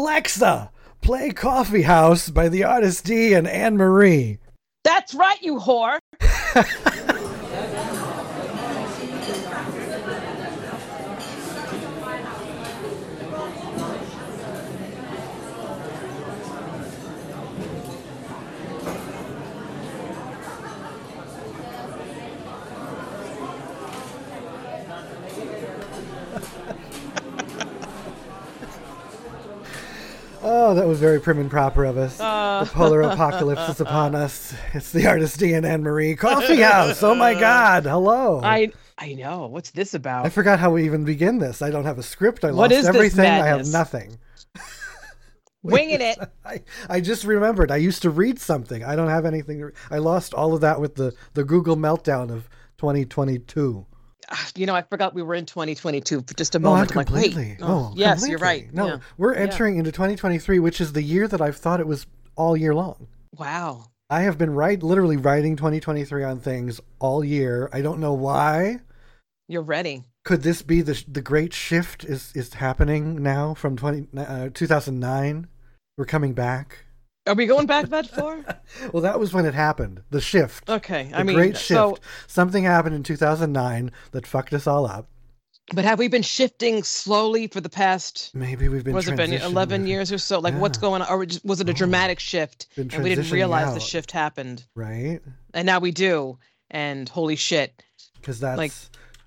Alexa, play Coffee House by the artist D and Anne Marie. That's right, you whore. Oh, that was very prim and proper of us. Ah. the polar apocalypse is upon us. It's the artist D and Anne Marie Coffee House. Oh my God! Hello. I I know. What's this I about? forgot how we even begin this. I don't have a script. I What lost is this everything. I have madness? nothing. Winging it. I, I just remembered. I used to read something. I don't have anything. To, I lost all of that with the, the Google meltdown of 2022. Ah, You know, I forgot we were in 2022 for just Oh, a I'm moment. I'm like, wait. completely. Oh, oh, yes, you're completely. right. No, Yeah. we're entering into 2023, which is the year that I've thought it was all year long. Wow. I have been right, literally writing 2023 on things all year. I don't know why. You're ready. Could this be the the great shift is is happening now from 20 uh, 2009? We're coming back. Are we going back that far? Well, that was when it happened. The shift. Okay. The I mean, great shift. so, Something happened in 2009 that fucked us all up. but have we been shifting slowly for the past? Maybe we've been was it been transitioning. 11 years or so? Like, what's Yeah. Oh. going on? Or was- was it a dramatic shift? Been And we didn't transitioning realize the out. shift happened. right? And now we do. And holy shit. Because that's Like-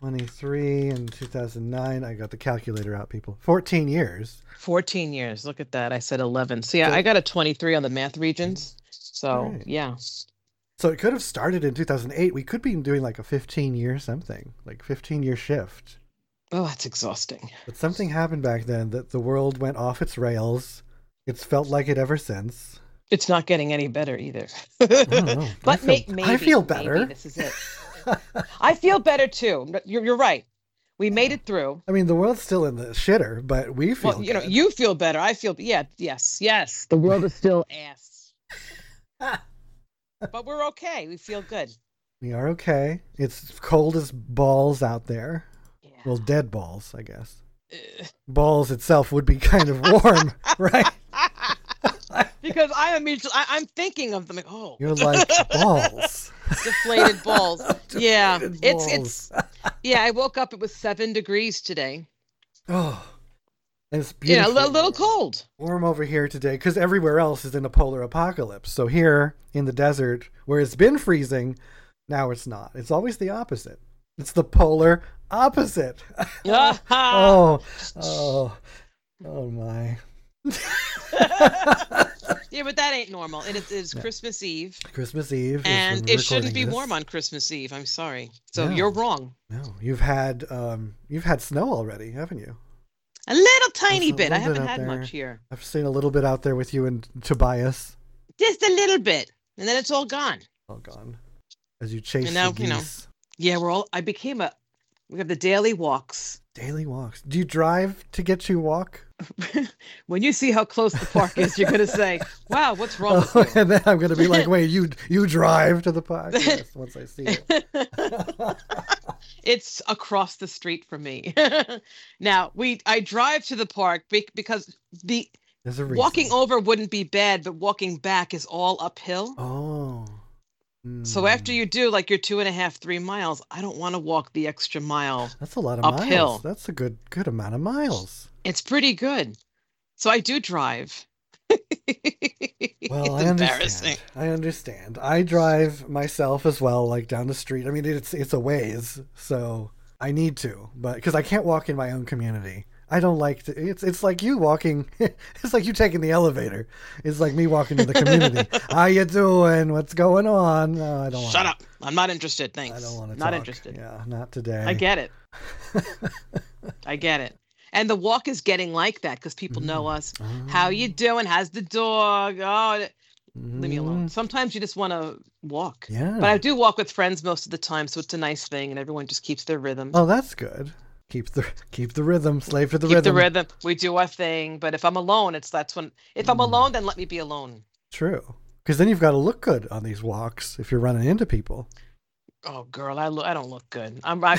23 and 2009. I got the calculator out, people. 14 years. 14 years. Look at that. I said 11. So, yeah, I got a 23 on the math regions. So, Right. yeah. So it could have started in 2008. We could be doing like a 15 year something, like 15 year shift. Oh, that's exhausting. But something happened back then that the world went off its rails. It's felt like it ever since. It's not getting any better either. know. I but may- feel- I maybe, feel maybe better. this is it. I feel better too. No, You're, you're right. We made it through. I mean, the world's still in the shitter, but we feel. Well, you know, good. you feel better. I feel, yeah, yes, yes. The world is still ass. but we're okay. We feel good. we are okay. It's cold as balls out there. Yeah. Well, dead balls, I guess. Balls itself would be kind of warm, right? because I immediately, I, I'm thinking of them like, oh, You're like balls. deflated balls. yeah, Deflated it's it's. Yeah, I woke up. It was seven degrees today. Oh, and it's Yeah, beautiful. a li- little cold. warm over here today because everywhere else is in a polar apocalypse. So here in the desert, where it's been freezing, now it's not. It's always the opposite. It's the polar opposite. Ah. oh. oh, oh, oh my. Oh. Yeah, but that ain't normal. It is it's Christmas Eve, Christmas Eve, is when and we're it shouldn't recording be this. warm on Christmas Eve. I'm sorry. So No. you're wrong. No, you've had um, you've had snow already, haven't you? A little tiny a bit. I little bit haven't out had there. much here. I've seen a little bit out there with you and Tobias. Just a little bit, and then it's all gone. All gone. As you chase And now, the you know. geese. Yeah, we're all. I became a. We have the daily walks. Daily walks. Do you drive to get you walk? When you see how close the park is, you're gonna say, "Wow, what's wrong with you?" Oh, and then I'm gonna be like, wait, you you drive to the podcast once I see it. it's across the street from me. now we, I drive to the park be- because the There's a reason. walking over wouldn't be bad, but walking back is all uphill. Oh. Hmm. So Mm. after you do like your two and a half, three miles, I don't want to walk the extra mile. that's a lot of uphill. miles. That's a good good amount of miles. It's pretty good, so I do drive. Well, it's I embarrassing. understand. I understand. I drive myself as well, like down the street. I mean, it's it's a ways, so I need to, but because I can't walk in my own community. I don't like to. It's it's like you walking. It's like you taking the elevator. It's like me walking to the community. How you doing? What's going on? No, I don't. Shut wanna- up! I'm not interested. Thanks. I don't want to. Not talk. interested. Yeah, not today. I get it. I get it. And the walk is getting like that because people know Mm. us. Mm-hmm. How you doing? How's the dog? Oh, th- leave me alone. Sometimes you just want to walk. Mm. Mm-hmm. Yeah. But I do walk with friends most of the time, so it's a nice thing, and everyone just keeps their rhythm. Oh, that's good. Keep the keep the rhythm. Slave to the Keep rhythm. the rhythm. We do our thing. But if I'm alone, it's that's when. If Mm. I'm alone, then let me be alone. True. Because then you've got to look good on these walks if you're running into people. Oh, girl, I look. I don't look good. I'm. I,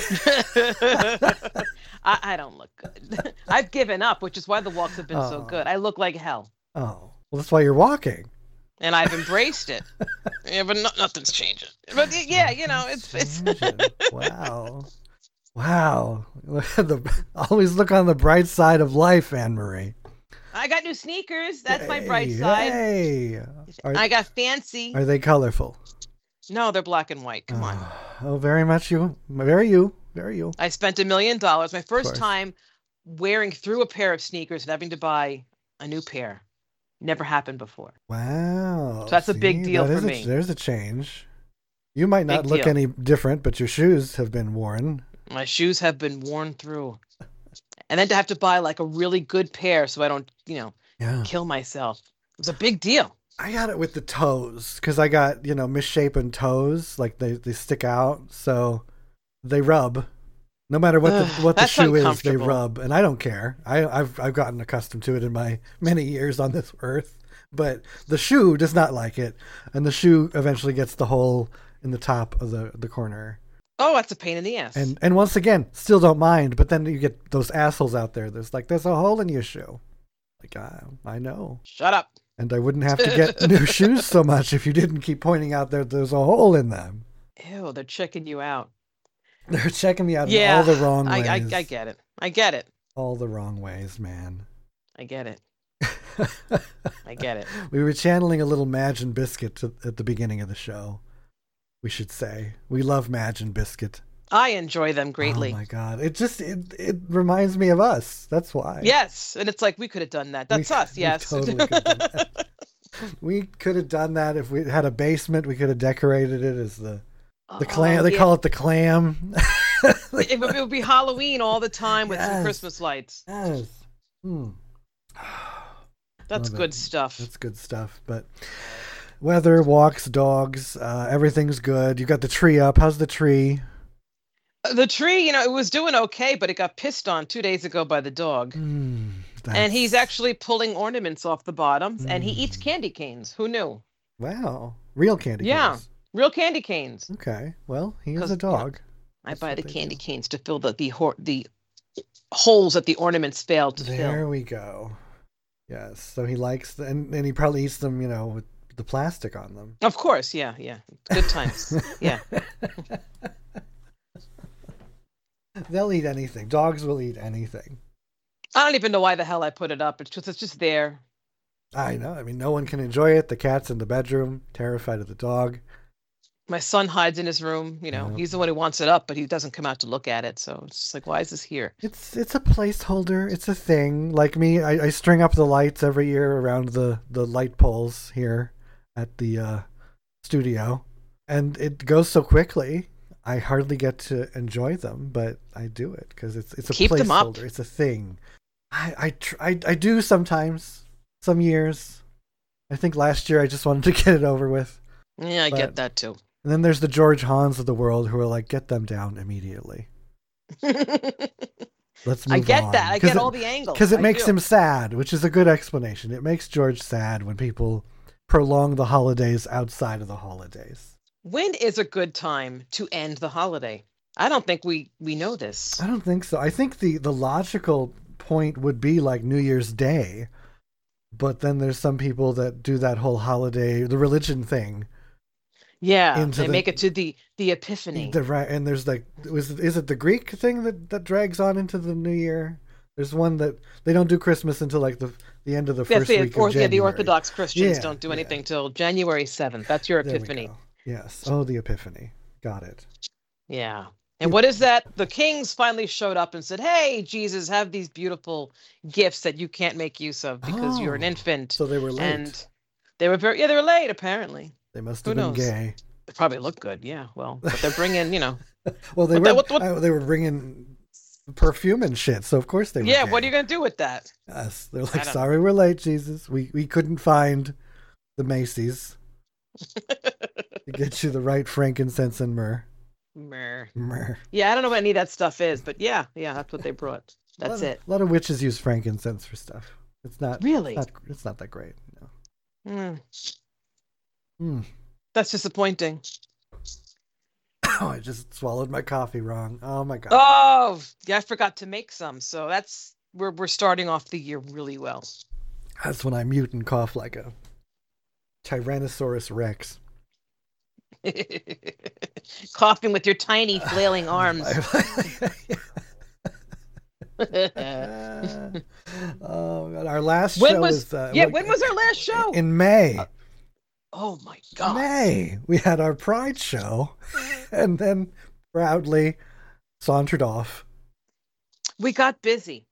I, I don't look good. I've given up, which is why the walks have been so Oh. good. I look like hell, Oh, well, that's why you're walking. and I've embraced it. yeah, but no, nothing's changing. But y- yeah, you know, it's it's. wow, wow. the, always look on the bright side of life, Anne Marie. I got new sneakers. That's my bright Hey, side. Hey, Are- I got fancy. are they colorful? No, they're black and white. Come on. Oh, very much you. Very you. Very you. I spent a million dollars. My first course. time wearing through a pair of sneakers and having to buy a new pair. Never happened before. Wow. So that's a big deal that is for a- me. There's a change. You might not Big look deal. any different, but your shoes have been worn. My shoes have been worn through. And then to have to buy like a really good pair so I don't, you know, Yeah. kill myself. It was a big deal. I got it with the toes because I got, you know, misshapen toes. Like they, they stick out. So they rub. No matter what the, Ugh, what the that's shoe is, they uncomfortable. rub. And I don't care. I, I've, I've gotten accustomed to it in my many years on this earth. But the shoe does not like it. And the shoe eventually gets the hole in the top of the, the corner. Oh, that's a pain in the ass. And and once again, still don't mind. But then you get those assholes out there. There's like there's a hole in your shoe. Like I, I know, Shut up. and I wouldn't have to get new shoes so much if you didn't keep pointing out there there's a hole in them. Ew, they're checking you out. They're checking me out yeah. in all the wrong ways. I, I, I get it. I get it. all the wrong ways, man. I get it. I get it. we were channeling a little Madge and Biscuit to, at the beginning of the show. We should say we love Madge and Biscuit. I enjoy them greatly. Oh my god! It just it it reminds me of us. That's why. Yes, and it's like we could have done that. We- That's us. we Yes. totally could've done that. we could have done that if we had a basement. We could have decorated it as the the clam. Oh, They yeah. call it the clam. it would, it would be Halloween all the time with some Yes. Christmas lights. yes. Hmm. That's Love it. good stuff. That's good stuff. But weather, walks, dogs, uh, everything's good. You got the tree up. How's the tree? Uh, The tree, you know, it was doing okay, but it got pissed on two days ago by the dog. Hmm. And he's That's- actually pulling ornaments off the bottoms, and he eats Mm. candy canes. Who knew? wow, real candy. Yeah. canes. Real candy canes. Okay. Well, he is 'Cause, a you know, dog. I Mm, That's buy what the they candy do. canes to fill the the, hor- the holes that the ornaments fail to There we go. Yes. So he likes the, and, and he probably eats them, you know, with the plastic on them. fill. Of course, yeah, yeah. Good times. yeah. They'll eat anything. Dogs will eat anything. I don't even know why the hell I put it up. It's just it's just there. I know. I mean, no one can enjoy it. The cat's in the bedroom, terrified of the dog. my son hides in his room. You know, Yeah. he's the one who wants it up, but he doesn't come out to look at it. So it's just like, why is this here? It's it's a placeholder. It's a thing. Like me, I, I string up the lights every year around the the light poles here at the uh, studio, and it goes so quickly. I hardly get to enjoy them, but I do it because it's it's a Keep them up. placeholder. It's a thing. I I, tr- I I do sometimes. Some years, I think last year I just wanted to get it over with. Yeah, I But- get that too. And then there's the George Hans of the world who are like, get them down immediately. Let's move I get on." that. I 'Cause get it- all the angles. because it I makes do. him sad, which is a good explanation. It makes George sad when people prolong the holidays outside of the holidays. When is a good time to end the holiday? I don't think we we know this. I don't think so. I think the the logical point would be like New Year's Day, but then there's some people that do that whole holiday, the religion thing. Yeah, Into they the- make it to the the epiphany. The, right, and there's like, was is it the Greek thing that that drags on into the New Year? There's one that they don't do Christmas until like the the end of the That's first the, week or- of yeah, January. the Orthodox Christians Yeah, don't do yeah. anything till January seventh. That's your There we epiphany. go. Yes. Oh, the Epiphany. Got it. Yeah. And what is that? The kings finally showed up and said, Hey, Jesus, have these beautiful gifts that you can't make use of because you're an Oh, infant. So they were late. And they were very, yeah, they were late, apparently. They must Who have been knows? gay. They probably look good. Yeah. Well, but they're bringing, you know, Well, they What the- were. what- what- uh, they were bringing perfume and shit. So of course they were. yeah, what are you going to do with that? gonna? Us. They're I like, don't- sorry, we're late, Jesus. We we couldn't find the Macy's to get you the right frankincense and myrrh. Meh. Myrrh. Yeah, I don't know what any of that stuff is, but yeah, yeah, that's what they brought. That's a lot it. Of, a lot of witches use frankincense for stuff. It's not. Really? It's not, it's not that great. No. Mm, Hmm. that's disappointing. I just swallowed my coffee wrong. Oh my god. Oh, yeah, I forgot to make some. So that's we're we're starting off the year really well. That's when I mute and cough like a Tyrannosaurus Rex. Coughing with your tiny flailing arms. oh god, our last When show was- is uh, yeah, what- when was our last show? in May. oh my god. May we had our Pride show, and then proudly sauntered off. We got busy.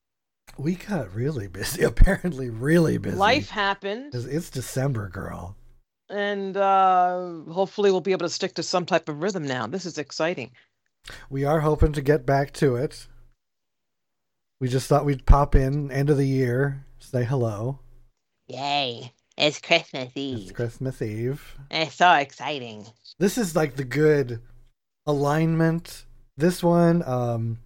We got really busy. Apparently, really busy. Life happened. It's- It's December, girl. and uh, hopefully we'll be able to stick to some type of rhythm now. This is exciting. We are hoping to get back to it. We just thought we'd pop in end of the year, say hello. Yay! It's Christmas It's Christmas Eve. It's so exciting. This is like the good alignment. This one, um,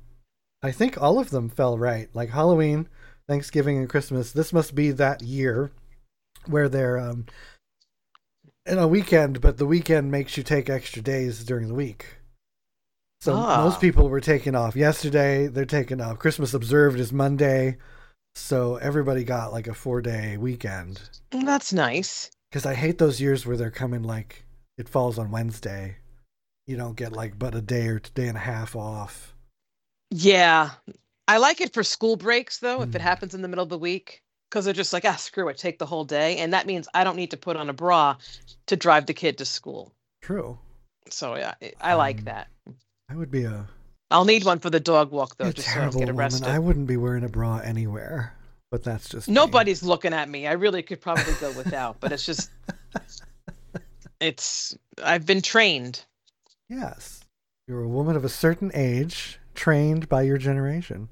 I think all of them fell right. Like Halloween, Thanksgiving, and Christmas. This must be that year where they're um, in a weekend, but the weekend makes you take extra days during the week. So Ah. most people were taken off yesterday. They're taken off. Christmas observed is Monday, so everybody got like a four-day weekend. That's nice. Because I hate those years where they're coming like it falls on Wednesday. You don't get like but a day or day and a half off. Yeah, I like it for school breaks though. If Mm. it happens in the middle of the week, because they're just like, ah, screw it, take the whole day, and that means I don't need to put on a bra to drive the kid to school. True. So yeah, it- I like Um, that. I would be a, I'll need one for the dog walk though, a just so I terrible don't get woman. arrested. I wouldn't be wearing a bra anywhere. But that's just me. Nobody's looking at me. I really could probably go without, but it's just it's I've been trained. Yes, you're a woman of a certain age, trained by your generation.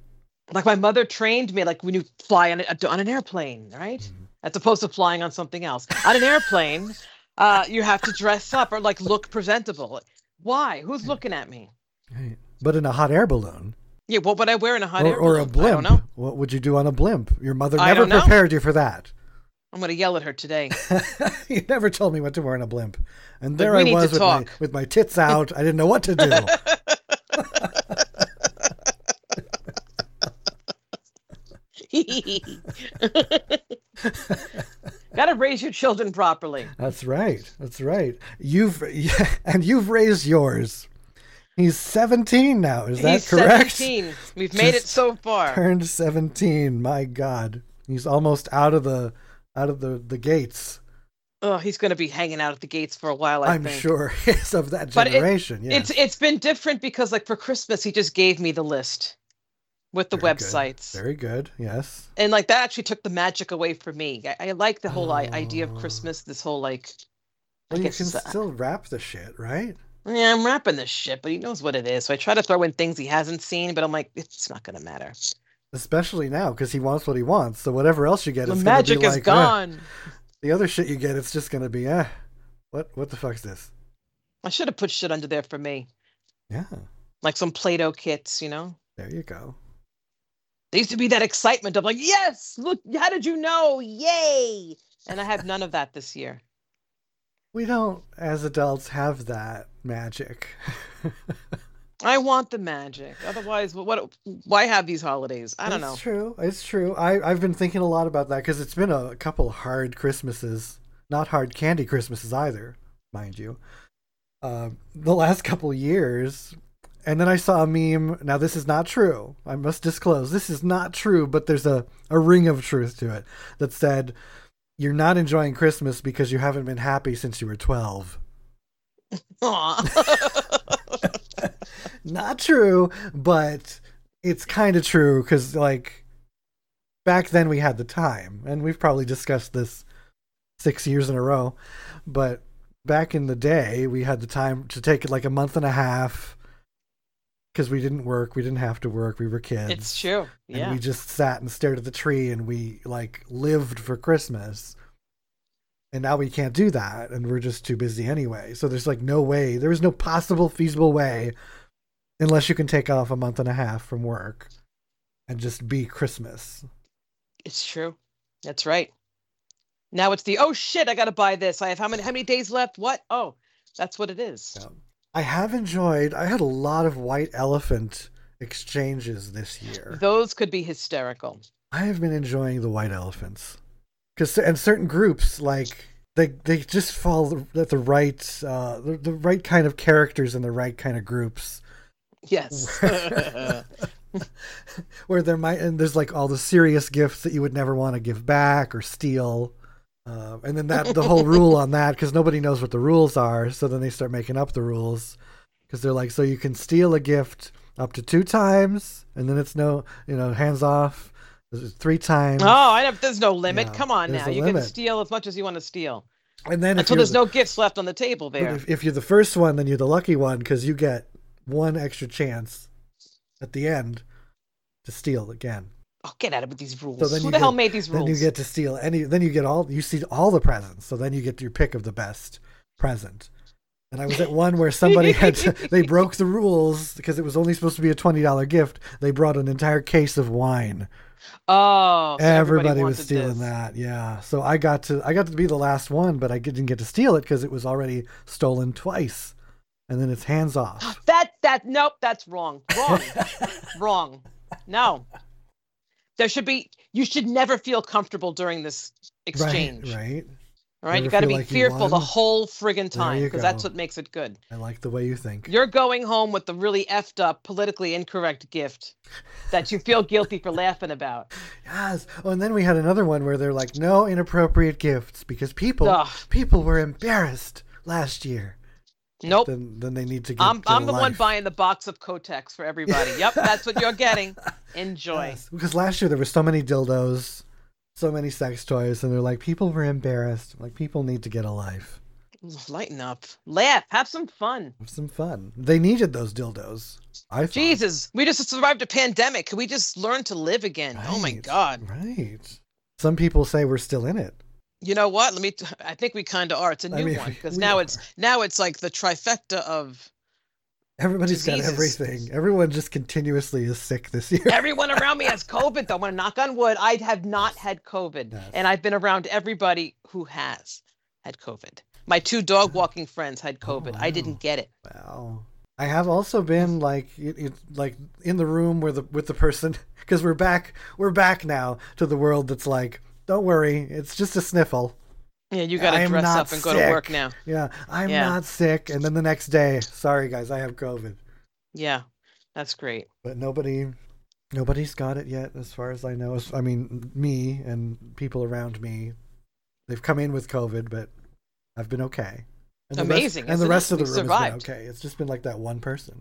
Like my mother trained me like when you fly on a, on an airplane, right? Mm-hmm. As opposed to flying on something else. On an airplane, uh you have to dress up or like look presentable. Why? Who's Hmm. looking at me? Right. But in a hot air balloon Yeah, what would I wear in a hot or, air or a balloon? blimp, I don't know. what would you do on a blimp? Your mother I never don't know. prepared you for that. I'm going to yell at her today. you never told me what to wear in a blimp. And But there we I need to was with my, talk. with my tits out. I didn't know what to do. Got to raise your children properly. That's right. That's right. You've and you've raised yours. He's 17 now. Is that He's correct? 17. We've made it Just so far. Turned 17. My god. He's almost out of the out of the the gates. Oh, he's going to be hanging out at the gates for a while. I I'm think. sure he's of that But it- generation. yes. It's it's been different because like for Christmas he just gave me the list with the Very good. websites Very good. Yes. and like that actually took the magic away from me. I, I like the whole I idea of Oh. Christmas. This whole like I Well, you guess can uh, still wrap the shit, right? yeah, I'm wrapping this shit, but he knows what it is. So I try to throw in things he hasn't seen, but I'm like it's not going to matter. Especially now because he wants what he wants. So whatever else you get, The it's gonna magic be is like, uh, "Ugh." gone. The other shit you get, it's just gonna be, eh, what what the fuck's this? I should have put shit under there for me, Yeah, like some Play-Doh kits, you know. there you go. There used to be that excitement of like, yes, look, how did you know? Yay! And I have none of that this year. We don't, as adults, have that magic. I want the magic. Otherwise, what? what why have these holidays? I don't know. It's true. It's true. I I've been thinking a lot about that because it's been a couple hard Christmases, not hard candy Christmases either, mind you. Um, the last couple years, and then I saw a meme. Now this is not true. I must disclose this is not true, but there's a a ring of truth to it that said. You're not enjoying Christmas because you haven't been happy since you were 12. Aw. not true, but it's kind of true because like back then we had the time, and we've probably discussed this six years in a row, but back in the day we had the time to take it like a month and a half because we didn't work, we didn't have to work, we were kids. it's true. And Yeah. we just sat and stared at the tree and we like lived for Christmas. And now we can't do that and we're just too busy anyway. So there's like no way, there is no possible feasible way unless you can take off a month and a half from work and just be Christmas. It's true. That's right. Now it's the oh shit, I gotta buy this. I have how many how many days left? What? Oh, that's what it is. Yeah. I have enjoyed. I had a lot of white elephant exchanges this year. Those could be hysterical. I have been enjoying the white elephants because and certain groups like they they just fall at the right uh, the, the right kind of characters and the right kind of groups. Yes. Where there might and there's like all the serious gifts that you would never want to give back or steal. Uh, and then that the whole rule on that because nobody knows what the rules are so then they start making up the rules because they're like so you can steal a gift up to two times and then it's no you know hands off three times oh, I don't, there's no limit. Yeah, Come on there's now. a You can limit. steal as much as you want to steal. and then if Until you're there's the- no gifts left on the table But there. If, if you're the first one, then you're the lucky one because you get one extra chance at the end to steal again. Oh, get out of it with these rules. So then Who you the hell get- made these rules? Then you get to steal any. Then you get all. You see all the presents. So then you get your pick of the best present. And I was at one where somebody had to, they broke the rules because it was only supposed to be a twenty dollar gift. They brought an entire case of wine. oh, so Everybody, was wanted stealing this. that. Yeah. So I got to I got to be the last one, but I didn't get to steal it because it was already stolen twice. And then it's hands off. That that nope, that's wrong. Wrong. wrong. No. There should be you should never feel comfortable during this exchange. Right, right. All right? Never You got to feel be like you fearful the won. whole friggin' time you because that's go. what makes it good. I like the way you think. You're going home with the really effed up, politically incorrect gift that you feel guilty for laughing about. Yes. Oh, and then we had another one where they're like, no inappropriate gifts because people Ugh. people were embarrassed last year. Nope. Then then they need to get. I'm get a I'm the one life. buying the box of Kotex for everybody. yep, that's what you're getting. Enjoy. Yes, Because last year there were so many dildos, so many sex toys, and they're like people were embarrassed. Like people need to get a life, Lighten up. Laugh. Have some fun. have some fun. They needed those dildos. I thought. Jesus, we just survived a pandemic. Can we just learn to live again? Oh my Right, God. Right. Some people say we're still in it. You know what? Let me. T- I think we kind of are. It's a new I one. mean, 'Cause one because we now are. it's now it's like the trifecta of Everybody's got Diseases. everything. Everyone just continuously is sick this year. everyone around me has COVID. Though I'm gonna knock on wood. I have not had COVID, Yes. and I've been around everybody who has had COVID. My two dog walking friends had COVID. I wow. didn't get it. Wow. I have also been like it, it, like in the room where the with the person because we're back we're back now to the world that's like don't worry it's just a sniffle Yeah, you got I to am dress not up and go to work sick. now. yeah I'm Yeah. not sick and then the next day sorry guys I have COVID Yeah, that's great. but nobody nobody's got it yet as far as I know As- I mean me and people around me they've come in with COVID but I've been okay and the rest- Amazing, and isn't the it? rest of the We room has survived. been okay it's just been like that one person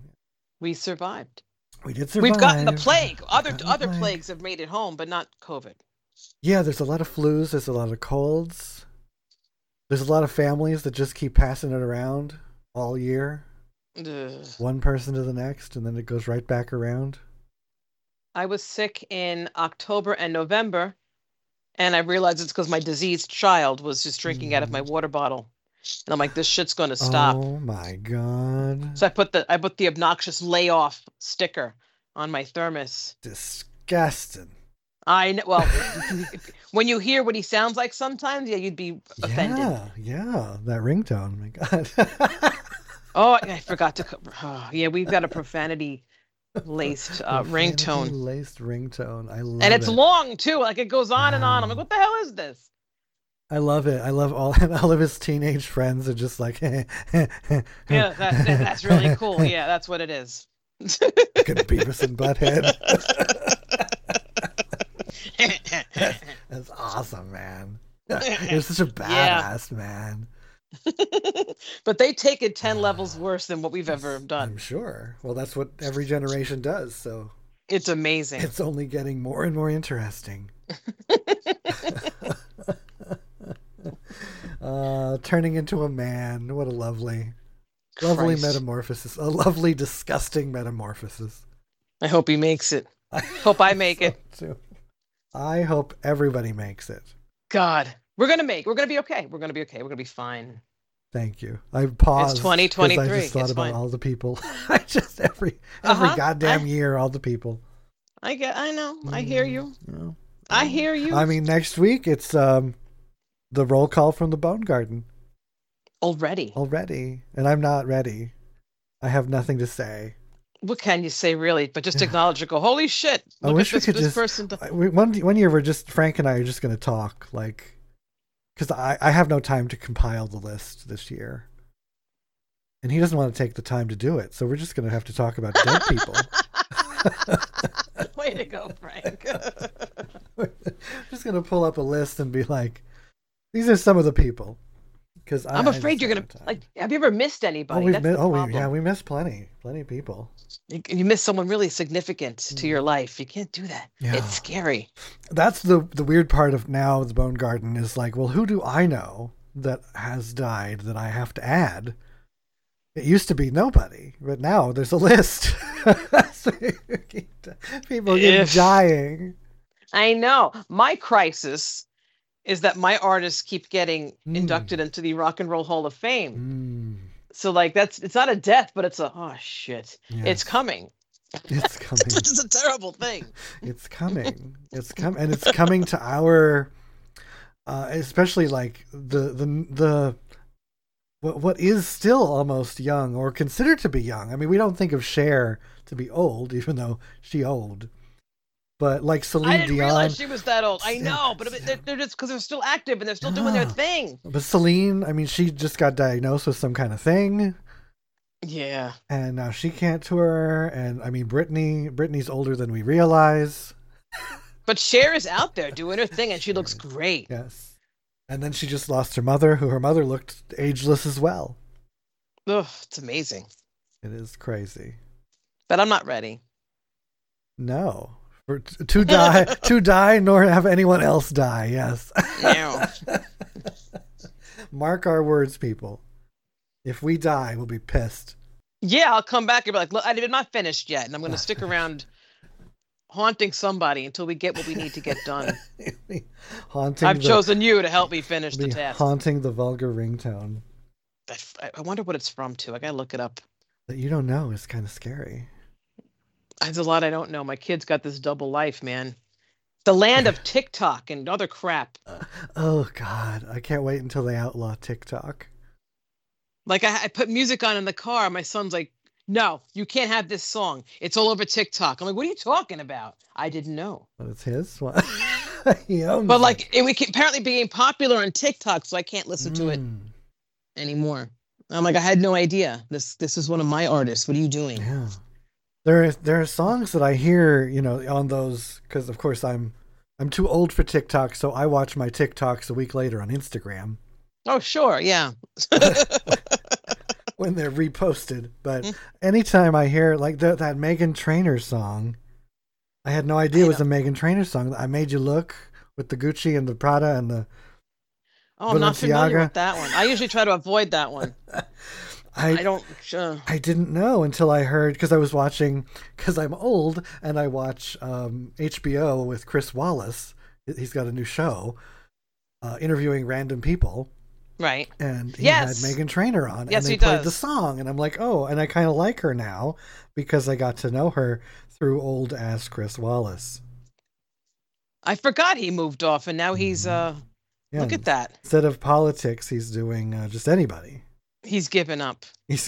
We survived. we did survive We've gotten the plague. We've Other gotten the other plague. plagues have made it home, but not COVID. Yeah, there's a lot of flus, there's a lot of colds. There's a lot of families that just keep passing it around all year, Ugh. one person to the next, and then it goes right back around. I was sick in October and November, and I realized it's because my diseased child was just drinking out of my water bottle, and I'm like, this shit's going to stop. Mm. Oh my god. So I put the I put the obnoxious layoff sticker on my thermos. Disgusting. I know. Well, when you hear what he sounds like sometimes, yeah, you'd be offended. Yeah, yeah. That ringtone. My god. Oh, I forgot to. co- Oh, yeah, we've got a profanity laced uh, Profanity ringtone. Laced ringtone. I love and it's it. long too. Like it goes on and on. I'm like, Wow. what the hell is this? I love it. I love all all of his teenage friends are just like Yeah, that, Yeah, that, that- that's really cool. Yeah, that's what it is. Good Beavis and Butthead. That's awesome, man. You're such a Yeah. badass, man. but they take it ten levels worse than what we've ever I'm done. sure. Well, that's what every generation does. So It's amazing. it's only getting more and more interesting. uh, turning into a man. What a lovely, lovely Christ. metamorphosis. A lovely, disgusting metamorphosis. I hope he makes it. Hope I make it. So, I hope everybody makes it. God, we're gonna make. We're gonna be okay. We're gonna be okay. We're gonna be fine. Thank you. I paused. 'cause I 2023. just thought It's about fine. all the people. I just every every Uh-huh. goddamn I- year, all the people. I get. I know. I hear you. You know? I hear you. Mm. I mean, next week it's um, the roll call from the Bone Garden Oh. already. already, and I'm not ready. I have nothing to say. What can you say, really? But just acknowledge it. Go, holy shit! I look at wish we this- could this just person. do-" I- we- one one year we're just Frank and I are just going to talk like because I I have no time to compile the list this year, and he doesn't want to take the time to do it. So we're just going to have to talk about dead people. Way to go, Frank. I'm just going to pull up a list and be like, these are some of the people. Because I'm afraid you're gonna like. Have you ever missed Oh, anybody? we've That's mi- the oh we, problem. yeah, we missed plenty, plenty of people. You- You miss someone really significant to your life. You can't do that. Mm. Yeah. It's scary. that's the the weird part of now the bone garden is like well who do i know that has died that i have to add it used to be nobody but now there's a list So you keep- people keep If- dying I know. My crisis is that my artists keep getting Mm. inducted into the Rock and Roll Hall of Fame. Mm, So like that's it's not a death, but it's a oh shit. yes. It's coming. it's coming This is a terrible thing. it's coming it's come and it's coming to our uh especially like the the the what what is still almost young or considered to be young i mean we don't think of Cher to be old even though she old but like I celine didn't dion realize she was that old. I Yeah, know, but yeah. they're, they're just because they're still active and they're still doing their Yeah. thing. but celine i mean she just got diagnosed with some kind of thing Yeah. and now she can't tour and i mean brittany brittany's older than we realize But Cher is out there doing her thing and she looks Cher great. yes and then she just lost her mother who her mother looked ageless as well Ugh, it's amazing. It is crazy. But I'm not ready. No, for, to die, to die, nor have anyone else die. Yes, No. mark our words, people. If we die, we'll be pissed. yeah, I'll come back and be like, look, I'm not finished yet. And I'm going to stick around haunting somebody until we get what we need to get done. haunting. I've the, chosen you to help me finish the be task. haunting the vulgar ringtone I f- I, I wonder what it's from, too. I got to look it up. that you don't know is kind of scary. There's a lot I don't know. My kid's got this double life, man. The land of TikTok and other crap. Oh God, I can't wait until they outlaw TikTok. Like I, I put music on in the car. My son's like, "No, you can't have this song. It's all over TikTok." I'm like, "What are you talking about?" I didn't know. But it's his. What? he owns But like, it, it apparently being popular on TikTok, so I can't listen to it Mm, anymore. I'm like, I had no idea. This this is one of my artists. What are you doing? Yeah. There is there are songs that I hear, you know, on those cuz of course I'm I'm too old for TikTok, so I watch my TikToks a week later on Instagram Oh, sure, yeah. when they're reposted. But anytime I hear like that that Megan Trainor song, I had no idea it was a Megan Trainor song. I made you look with the Gucci and the Prada and the Oh, I'm not familiar Balenciaga. with that one. I usually try to avoid that one. I I don't. Uh, I didn't know until I heard because I was watching because I'm old and I watch um, HBO with Chris Wallace. He's got a new show uh, interviewing random people, right. and he Yes. had Megan Trainor on, Yes, and they he played does. the song, and I'm like, oh, and I kind of like her now because I got to know her through old ass Chris Wallace. I forgot he moved off, and now he's. uh Yeah, Look at that. instead of politics, he's doing uh, just anybody. He's given up. He's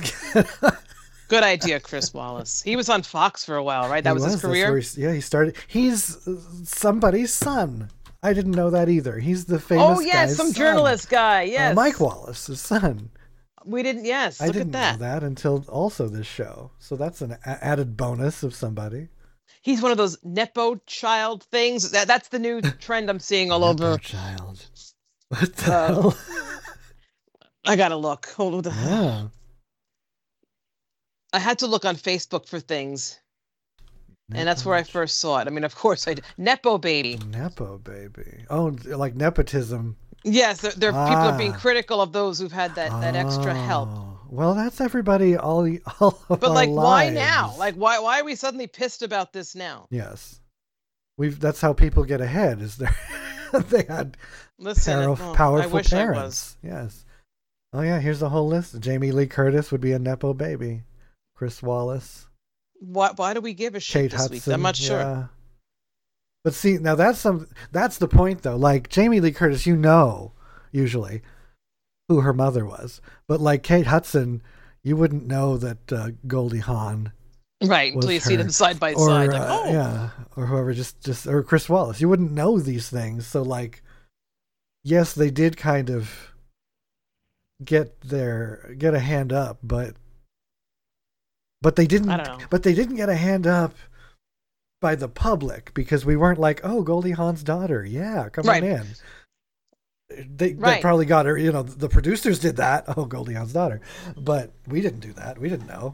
Good idea, Chris Wallace. He was on Fox for a while, right? That He was, his that's where career. he- yeah, he started. He's uh, somebody's son. I didn't know that either. He's the famous. Oh yes, guy's some son. journalist guy. Uh, Yes, Mike Wallace's son. We didn't. Yes, I look didn't at that. know that until also this show. So that's an a- added bonus of somebody. He's one of those nepo child things. That, that's the new trend I'm seeing all Poor over. child. What the Uh, hell? I gotta look. Hold on. Yeah. I had to look on Facebook for things, and that's where I first saw it. I mean, of course, I did. nepo baby. Nepo baby. Oh, like nepotism. Yes, there, there people are being Ah. critical of those who've had that that extra help. Oh. Well, that's everybody. All all of But our like, why now? lives. Like, why why are we suddenly pissed about this now? Yes. We've that's how people get ahead is they they had Listen, power- oh, I powerful wish parents. I was. Yes. Oh yeah, here's the whole list. Jamie Lee Curtis would be a nepo baby. Chris Wallace, Why why do we give a shit Kate this Hudson. week? I'm not sure. yeah. But see, now that's some that's the point though. Like Jamie Lee Curtis, you know usually who her mother was. But like Kate Hudson, you wouldn't know that uh, Goldie Hawn Right, until was you see her. them side by or side. Like, uh, oh, yeah, or whoever just just or Chris Wallace. You wouldn't know these things. So like, yes, they did kind of get their get a hand up, but but they didn't. I don't know. But they didn't get a hand up by the public because we weren't like, oh, Goldie Hawn's daughter. Yeah, come Right. on in. They, they Right. probably got her. You know, the producers did that. Oh, Goldie Hawn's daughter, but we didn't do that. We didn't know.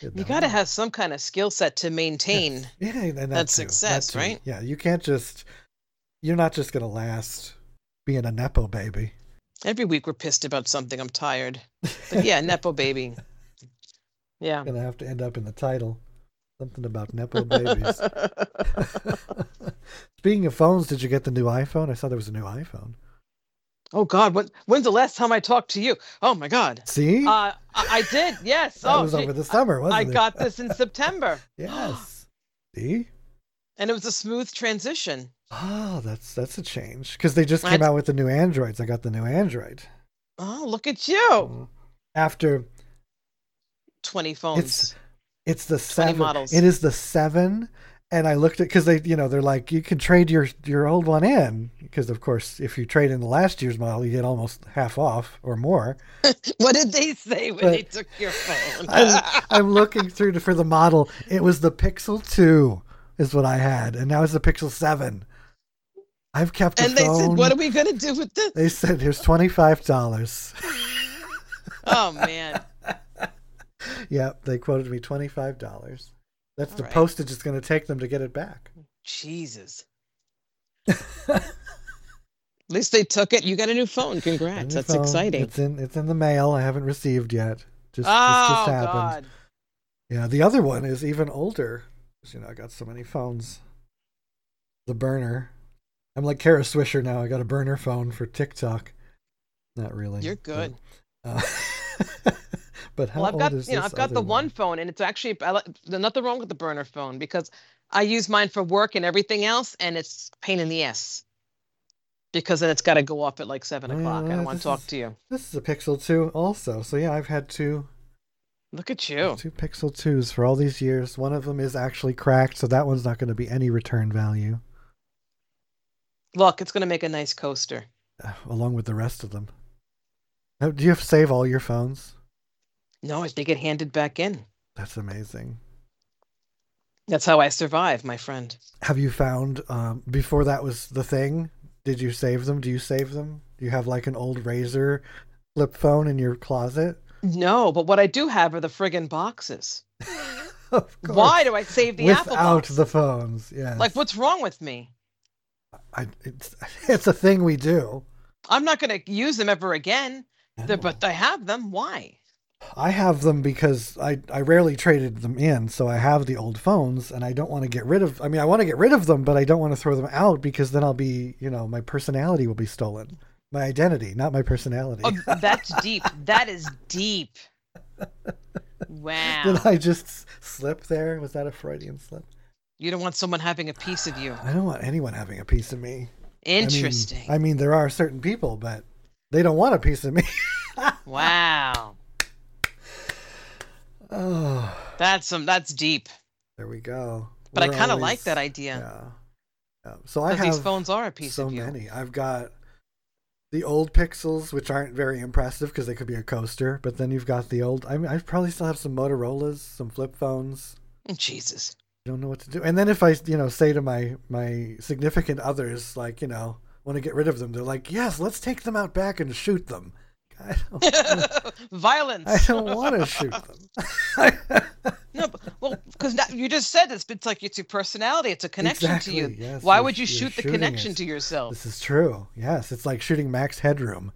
you got got to have some kind of skill set to maintain. yeah, and that That's too, that success, too. right? Yeah, you can't just. You're not just gonna last being a nepo baby. Every week we're pissed about something. I'm tired. But yeah, nepo baby. Yeah. You're gonna have to end up in the title, something about nepo babies. Speaking of phones, did you get the new iPhone? I saw there was a new iPhone. Oh God, when, when's the last time I talked to you? Oh my God. See, Uh, I, I did. Yes. that oh, was gee, over the summer, wasn't I it? got this in September, yes. See, and it was a smooth transition. oh, that's that's a change because they just I- came out with the new Androids. I got the new Android Mm-hmm. Oh, look at you. Mm. after Twenty phones. It's the seven. models. It is the seven. And I looked at because they, you know, they're like you can trade your your old one in because of course if you trade in the last year's model you get almost half off or more. What did they say when But- they took your phone? I'm, I'm looking through to, for the model. It was the Pixel Two is what I had, and now it's the Pixel Seven. I've kept a and they phone. said, "What are we gonna do with this?" They said here's twenty five dollars. Oh man. yep, they quoted me twenty five dollars. That's the All right. postage it's going to take them to get it back. Jesus. At least they took it. You got a new phone. On Congrats. your That's phone. exciting. It's in it's in the mail. I haven't received yet. Just, this oh just happened. God. Yeah, the other one is even older. 'Cause, You know, I got so many phones. The burner. I'm like Kara Swisher now. I got a burner phone for TikTok. Not really. You're but, good. uh, but how Well, I've old got is you know this I've got other the one phone, and it's actually I, li- there's nothing wrong with the burner phone because I use mine for work and everything else, and it's pain in the ass because then it's got to go off at like seven Oh, yeah, o'clock. I well, don't want this to talk is- to you. This is a Pixel 2 also. So yeah, I've had two Look at you. two Pixel 2s for all these years. One of them is actually cracked, so that one's not going to be any return value Look, it's gonna make a nice coaster. uh, along with the rest of them. Now, do you have save all your phones? No, if they get handed back in, That's amazing. that's how I survive, my friend. Have you found um, before that was the thing? Did you save them? Do you save them? Do you have like an old razor flip phone in your closet? No, but what I do have are the friggin' boxes. of course. Why do I save the Without Apple box? the phones, yeah. Like, what's wrong with me? I, it's it's a thing we do. I'm not gonna use them ever again. No. They're- But I have them. Why? I have them because I I rarely traded them in, so I have the old phones, and I don't want to get rid of. I mean, I want to get rid of them, but I don't want to throw them out because then I'll be, you know, my personality will be stolen, my identity, not my personality. Oh, that's deep. That is deep. Wow. Did I just s- slip there? Was that a Freudian slip? You don't want someone having a piece of you. I don't want anyone having a piece of me. I mean- Interesting. I mean, there are certain people, but they don't want a piece of me. Wow. oh, That's some that's deep. there we go. But I We're kind of always- like that idea. Yeah. Yeah. So I Because have these phones are a piece so of you. many. I've got the old pixels, which aren't very impressive because they could be a coaster. But then you've got the old. I mean, I probably still have some Motorola's, some flip phones. Mm, Jesus. don't know what to do. And then if I, you know, say to my my significant others, like, you know, want to get rid of them, they're like, yes, let's take them out back and shoot them. I don't, Violence. I don't want to shoot them. No, but, well, because you just said it's it's like it's your personality. It's a connection to you. Exactly, yes, Why you're- would you you're shoot the shooting connection us. to yourself? this is true. Yes, it's like shooting Max Headroom,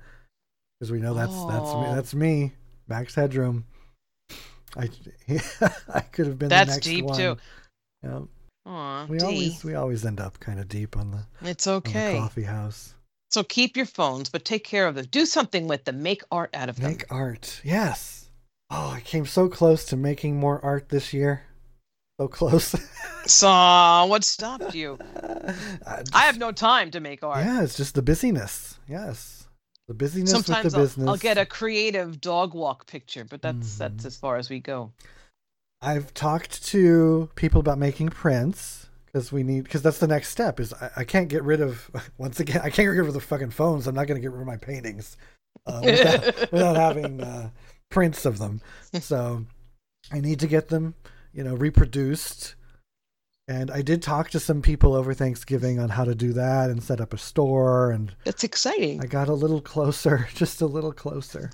because we know that's that's me. Oh. That's me, Max Headroom. I I could have been the That's next deep one. too. Yeah, Aw, we D. always we always end up kind of deep on the, on it's the okay. coffee house. So keep your phones, but take care of them. Do something with them. Make art out of them. Make art. Yes. Oh, I came so close to making more art this year. So close. So what stopped you? I I have no time to make art. Yeah, it's just the busyness. Yes. The busyness with Sometimes the I'll, business. Mm-hmm. I'll get a creative dog walk picture, but that's that's as far as we go. I've talked to people about making prints because we need because that's the next step is I, I can't get rid of once again I can't get rid of the fucking phones. I'm not going to get rid of my paintings uh, without, without having uh, prints of them. So I need to get them, you know, reproduced. And I did talk to some people over Thanksgiving on how to do that and set up a store and That's exciting. I got a little closer, just a little closer.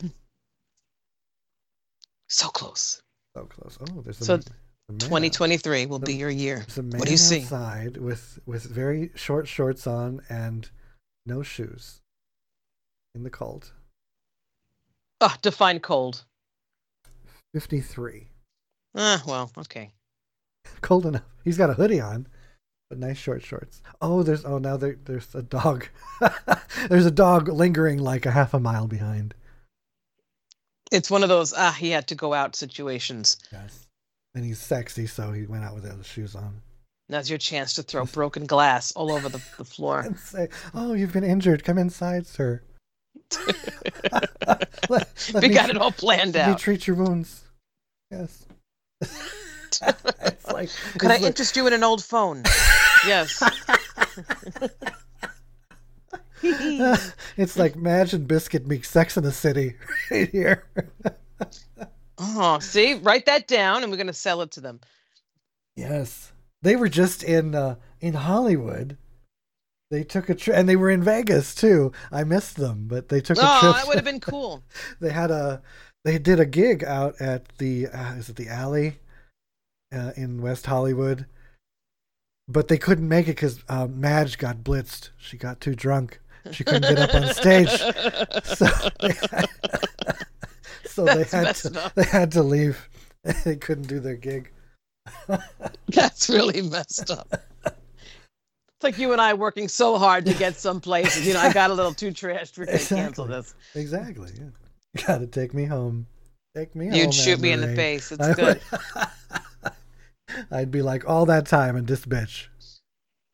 so close. So close. Oh, there's a, So, a man. 2023 will be your year. There's a man What do you see? outside with with very short shorts on and no shoes in the cold. Oh, define cold. Fifty three, Ah, well, okay. cold enough. He's got a hoodie on, but nice short shorts. Oh, there's oh now there there's a dog. there's a dog lingering like a half a mile behind. It's one of those ah, he had to go out situations. Yes, and he's sexy, so he went out with his shoes on. Now's your chance to throw broken glass all over the, the floor. and say, "Oh, you've been injured. Come inside, sir." let, let we me got tr- it all planned let me out. treat your wounds. Yes. it's like Could I it's like- interest you in an old phone? yes. it's like Madge and Biscuit meet Sex in the City right here. Oh, see, write that down, and we're gonna sell it to them. Yes, they were just in uh, in Hollywood. They took a trip, and they were in Vegas too. I missed them, but they took a Oh, trip. that would have been cool. they had a they did a gig out at the uh, is it the alley uh, in West Hollywood, but they couldn't make it because uh, Madge got blitzed. She got too drunk. She couldn't get up on stage, so they had, so they That's had messed to, up. they had to leave. they couldn't do their gig. That's really messed up. It's like you and I working so hard to get some places. You know, I got a little too trashed. We're gonna cancel Exactly. this. Exactly. Yeah. You gotta take me home. Take me home. You'd shoot me in the Anne-Marie. face. It's I good. would- I'd be like all that time and this bitch.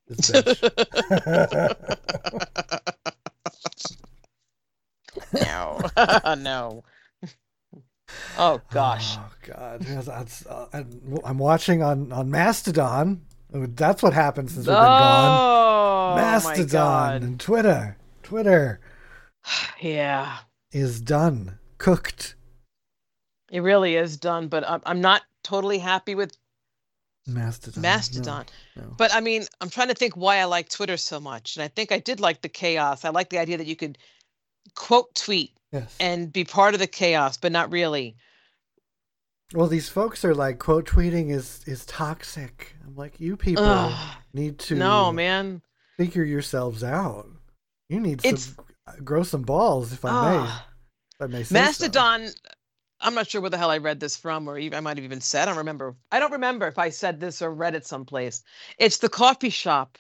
This bitch. No, no. Oh gosh. Oh god. Yes, that's- uh, I'm I'm watching on on Mastodon. Oh, That's what happens since we've been gone. Oh, my Mastodon God. and Twitter. Twitter Yeah, is done. Cooked. it really is done. But I'm, I'm not totally happy with Mastodon. No, Mastodon. no. But I mean, I'm trying to think why I like Twitter so much. And I think I did like the chaos. I like the idea that you could quote tweet Yes. and be part of the chaos, but not really. Well, these folks are like quote tweeting is is toxic. I'm like, you people Ugh, need to no, man. figure yourselves out. You need to It's- grow some balls, if I may. Ugh. If I may say so. Mastodon. I'm not sure where the hell I read this from, or even I might have even said. I don't remember. I don't remember if I said this or read it someplace. It's the coffee shop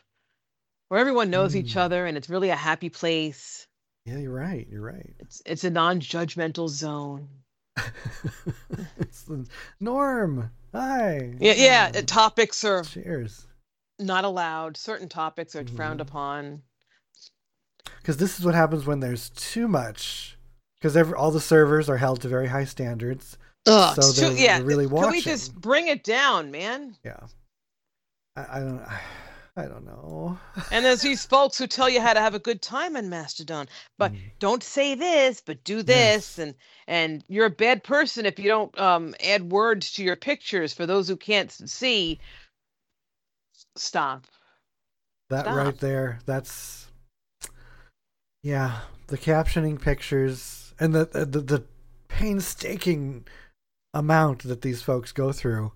where everyone knows each Mm. other, and it's really a happy place. Yeah, you're right. You're right. It's it's a non-judgmental zone. it's the norm. Hi. Yeah, yeah. Oh, uh, Topics are Cheers. not allowed. Certain topics are frowned Mhm. upon. Because this is what happens when there's too much. Because all the servers are held to very high standards. Ugh, So it's too- they're yeah. really Can we just watching. bring it down, man? Yeah. I, I don't. I don't know. And there's these folks who tell you how to have a good time on Mastodon, but Mm. don't say this, but do this, and and you're a bad person if you don't um, add words to your pictures for those who can't s- see. Stop. That Stop. right there. That's yeah. The captioning pictures and the the, the painstaking amount that these folks go through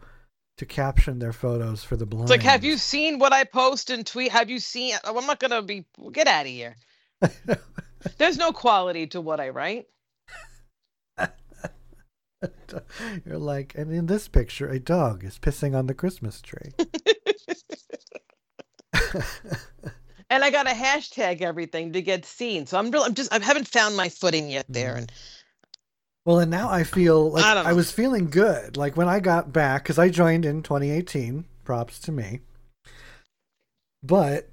to caption their photos for the blind. It's like, have you seen what I post and tweet? Have you seen? oh, I'm not gonna be. Get out of here. There's no quality to what I write. You're like, and in this picture, a dog is pissing on the Christmas tree. and I got to hashtag everything to get seen. So I'm real, I'm just I haven't found my footing yet there. And Well, and now I feel like I don't I, know. was feeling good. Like when I got back, because I joined in 2018, props to me. But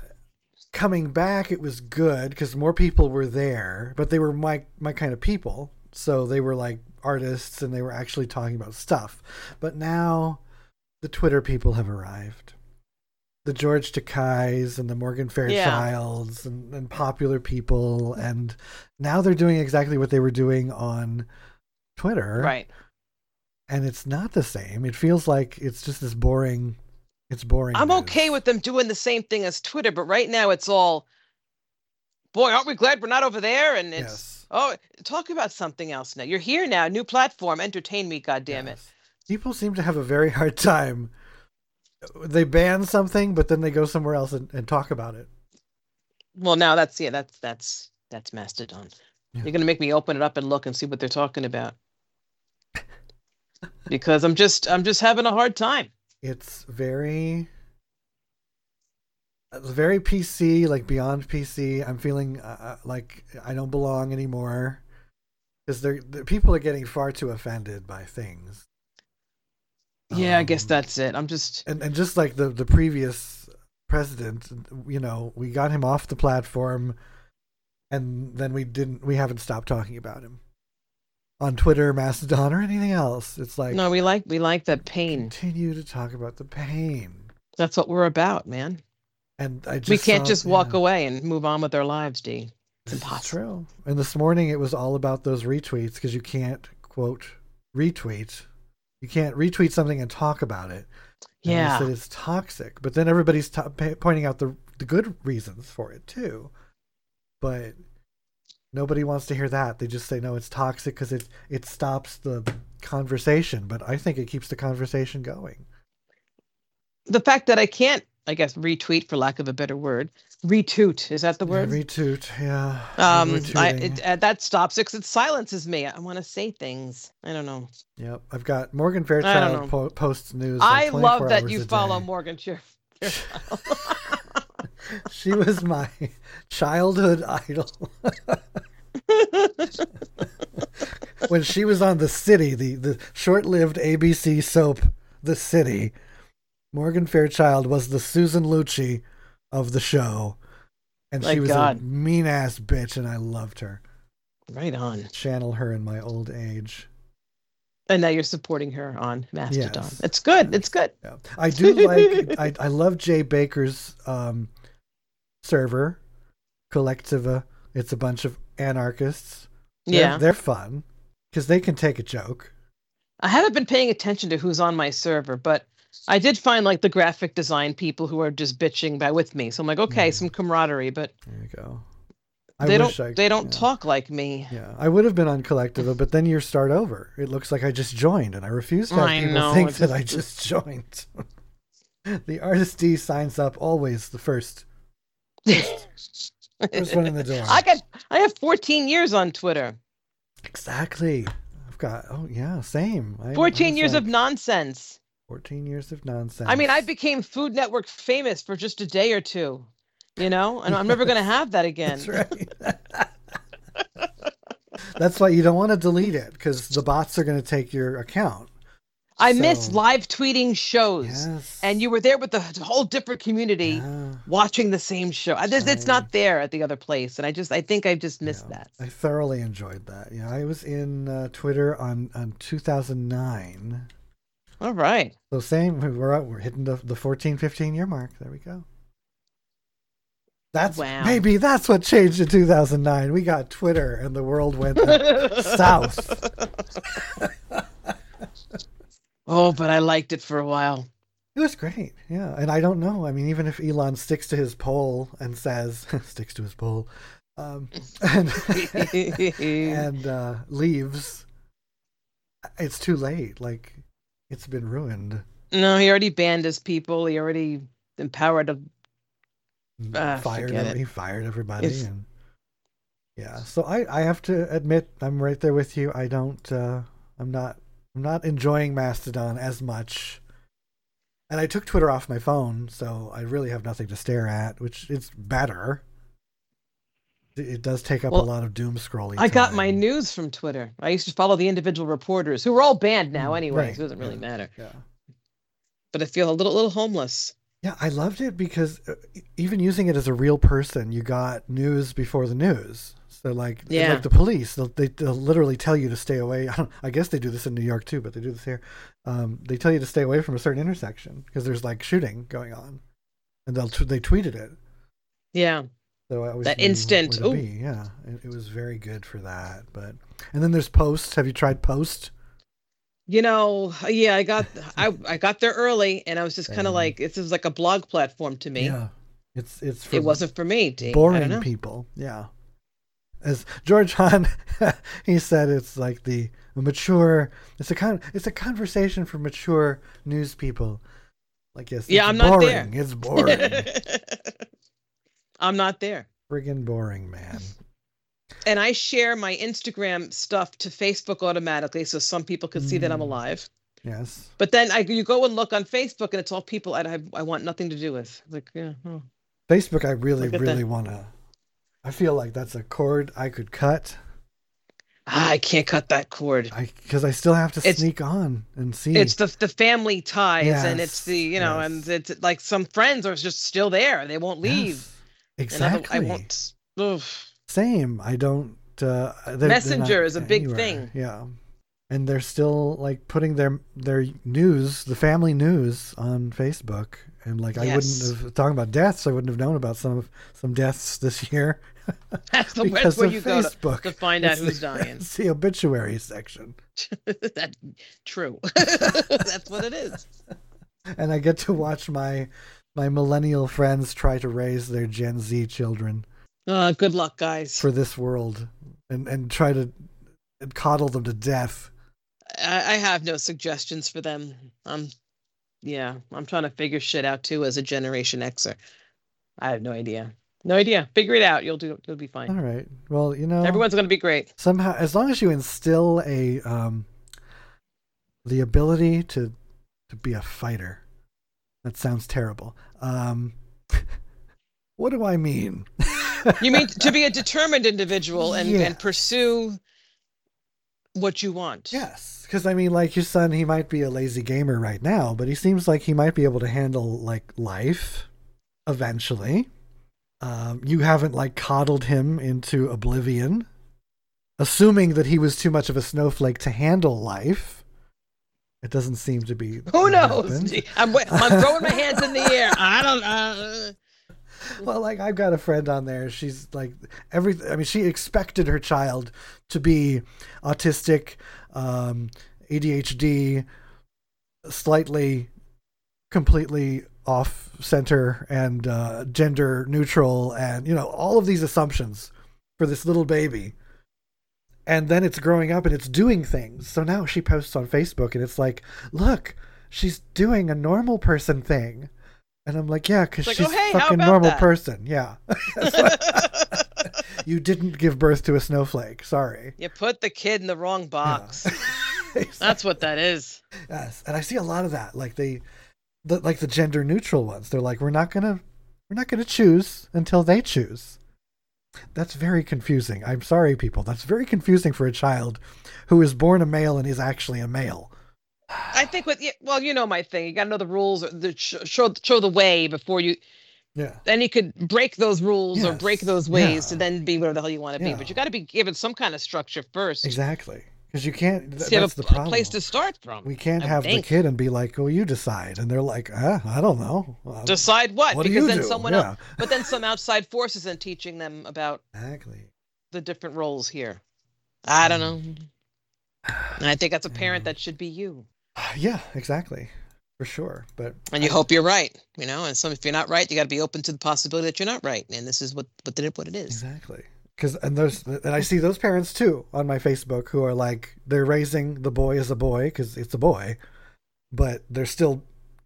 coming back, it was good because more people were there, but they were my my kind of people, so they were like artists and they were actually talking about stuff. But now, the Twitter people have arrived, the George Takei's and the Morgan Fairchilds and, and popular people, and now they're doing exactly what they were doing on Twitter, Right. And it's not the same. It feels like it's just this boring. It's boring. I'm news. okay with them doing the same thing as Twitter, but right now it's all, boy, aren't we glad we're not over there? And it's, Yes. oh, talk about something else now. You're here now, new platform, entertain me, goddammit. it. Yes. People seem to have a very hard time. They ban something, but then they go somewhere else and, and talk about it. Well, now that's yeah, that's that's that's Mastodon. Yeah. You're gonna make me open it up and look and see what they're talking about. because I'm just I'm just having a hard time. It's very, it's very PC, like beyond PC. I'm feeling uh, uh, like I don't belong anymore because they're the people are getting far too offended by things. Yeah, I guess Um, that's it. I'm just and and just like the the previous president, you know, we got him off the platform, and then we didn't. We haven't stopped talking about him on Twitter, Mastodon, or anything else. It's like no, we like we like that pain. continue to talk about the pain, That's what we're about, man. and I just we can't saw- just walk yeah, away and move on with our lives, D. It's this is impossible. True. And this morning it was all about those retweets because you can't quote retweet. You can't retweet something and talk about it. and they Yeah. said it's toxic. But then everybody's to- pa- pointing out the the good reasons for it too. But nobody wants to hear that. They just say no, it's toxic because it it stops the conversation. But I think it keeps the conversation going. The fact that I can't, I guess, retweet for lack of a better word. Retoot. Is that the word? Yeah, retweet, yeah. um I, Retweeting. it, uh, that stops it 'cause it silences me i want to say things i don't know yep, I've got Morgan know. Fairchild po- posts news. i like love 24 that hours you a follow day. morgan Shear- She was my childhood idol. when she was on The City, the, the short lived ABC soap, The City, Morgan Fairchild was the Susan Lucci of the show. And My she was God. a mean ass bitch, and I loved her. right on Channel her in my old age. and now you're supporting her on mastodon Yes. it's good it's good Yeah. I do like, I, I love Jay Baker's um, server, Collectiva. It's a bunch of anarchists. They're- yeah They're, fun because they can take a joke. i haven't been paying attention to who's on my server but i did find like the graphic design people who are just bitching by with me so i'm like okay some camaraderie but There you go. they don't Mm. I- they don't yeah. talk like me Yeah, I would have been on Collectiva, but then you start over. It looks like I just joined, and I refuse to have I people know, think it's that I just joined. the artist D signs up always the first, first one in the door. i got i have 14 years on twitter exactly. I've got oh yeah, same. I- I 14 was years like, of nonsense fourteen years of nonsense. I mean, I became Food Network famous for just a day or two, you know, and I'm never going to have that again. That's right. That's why you don't want to delete it because the bots are going to take your account. I miss So- live tweeting shows, Yes. and you were there with a whole different community Yeah. watching the same show. I, it's, it's not there at the other place, and I just, I think I just missed Yeah, that. I thoroughly enjoyed that. Yeah, I was in uh, Twitter on, on 2009. All right, So same, we're out, we're hitting the the 14, 15 year mark. There we go. That's Wow. maybe that's what changed in 2009. We got Twitter, and the world went south. oh, but I liked it for a while. It was great. Yeah. And I don't know. I mean, even if Elon sticks to his poll and says, sticks to his poll, um, and, and uh, leaves, it's too late. Like, it's been ruined. no, he already banned his people. He already empowered a Ah, Mm, fired forget him. it. He fired everybody. It's- And, yeah. So I, I have to admit, I'm right there with you. I don't, uh, I'm not, I'm not enjoying Mastodon as much. And I took Twitter off my phone, so I really have nothing to stare at, which is better. It- It does take up Well, a lot of doom scrolling. I got my time. news from Twitter. I used to follow the individual reporters who were all banned now Mm, anyway, right, so it doesn't really yeah. matter. Yeah. But I feel a little little homeless. Yeah, I loved it because uh, e, even using it as a real person, you got news before the news. So like, Yeah. like the police, they'll, they, they'll literally tell you to stay away. I, don't, I guess they do this in New York too, but they do this here. Um, they tell you to stay away from a certain intersection because there's like shooting going on, and they'll t- they tweeted it. Yeah. So I was That instant, ooh. yeah, it, it was very good for that. But and then there's post. Have you tried post? You know, yeah, I got I, I got there early and I was just kind of Same. like this is like a blog platform to me. Yeah, it's it's for It wasn't for me, D. I don't boring know. people. Yeah, as George Hahn, he said, it's like the mature. It's a con. It's a conversation for mature news people. Like yes, Yeah, it's I'm not boring. there. It's boring, I'm not there. friggin' boring, man. And I share my Instagram stuff to Facebook automatically so some people can see that I'm Mm. alive. Yes. But then I you go and look on Facebook and it's all people I I, I want nothing to do with. Like, yeah. oh. Facebook, I really, Look at really want to. I feel like that's a cord I could cut. Ah, I can't cut that cord. I because I still have to It's- sneak on and see. It's the the family ties and it's Mm. Yes, the you know and it's like some friends are just still there. They won't leave. Yes, And other- Exactly. I won't. oof. Same. I don't. Uh, they're- they're, Messenger not is a big anywhere. thing. Yeah, and they're still like putting their their news, the family news, on Facebook. And like I Yes. wouldn't have talking about deaths. I wouldn't have known about some of some deaths this year That's the because that's where of you go to, Facebook. to find out It's who's the- dying. It's the obituary section, that's true. that's what it is. and I get to watch my my millennial friends try to raise their Gen Z children. Uh, good luck, guys. for this world and and try to coddle them to death. I, I have no suggestions for them. Um, yeah, I'm trying to figure shit out too as a Generation Xer. I have no idea. No idea. Figure it out. You'll do. You'll be All fine. right. Well, you know, Everyone's gonna be great. somehow as long as you instill a um the ability to to be a fighter. That sounds terrible. Um what do I mean? You mean to be a determined individual and, Yes. and pursue what you want? Yes, cuz I mean like your son, he might be a lazy gamer right now, but he seems like he might be able to handle like life eventually. Um, you haven't like coddled him into oblivion, assuming that he was too much of a snowflake to handle life. It doesn't seem to be. Who what knows? happened. Gee, I'm, wa- I'm throwing my hands in the air. I don't. Uh, Well, like I've got a friend on there. She's like every. I mean, she expected her child to be autistic, um, ADHD, slightly, completely off center and uh, gender neutral, and you know all of these assumptions for this little baby. And then it's growing up and it's doing things. So now she posts on Facebook and it's like, look, she's doing a normal person thing. And I'm like, yeah, because It's she's like, oh, hey, a how fucking about normal that? person. Yeah. you didn't give birth to a snowflake. Sorry. you put the kid in the wrong box. That's what that is. Yes, and I see a lot of that. Like they, the, like the gender neutral ones. They're like, we're not gonna, we're not gonna choose until they choose. That's very confusing. I'm sorry, people. That's very confusing for a child who is born a male and is actually a male. I think with yeah, well, you know my thing. You got to know the rules, or the sh- show show the way before you. Yeah. Then you could break those rules or break Yes, those ways yeah. to then be whatever the hell you want to be. But Yeah. you got to be given some kind of structure first. Exactly. Because you can't. th- So you have that's a, the a problem. place to start from. we can't I have the think. kid and be like, "Well, you decide," and they're like, "Uh, I don't know." Uh, Decide what, What do because you then do? someone Yeah. else, but then some outside force is then teaching them about exactly. the different roles here. I don't know. And I think that's a parent that should be you. Yeah, exactly, for sure. But And you hope you're right, you know. And some, if you're not right, you got to be open to the possibility that you're not right. And this is what, what it what it is. Exactly. Because and those and I see those parents too on my Facebook who are like they're raising the boy as a boy because it's a boy, but they're still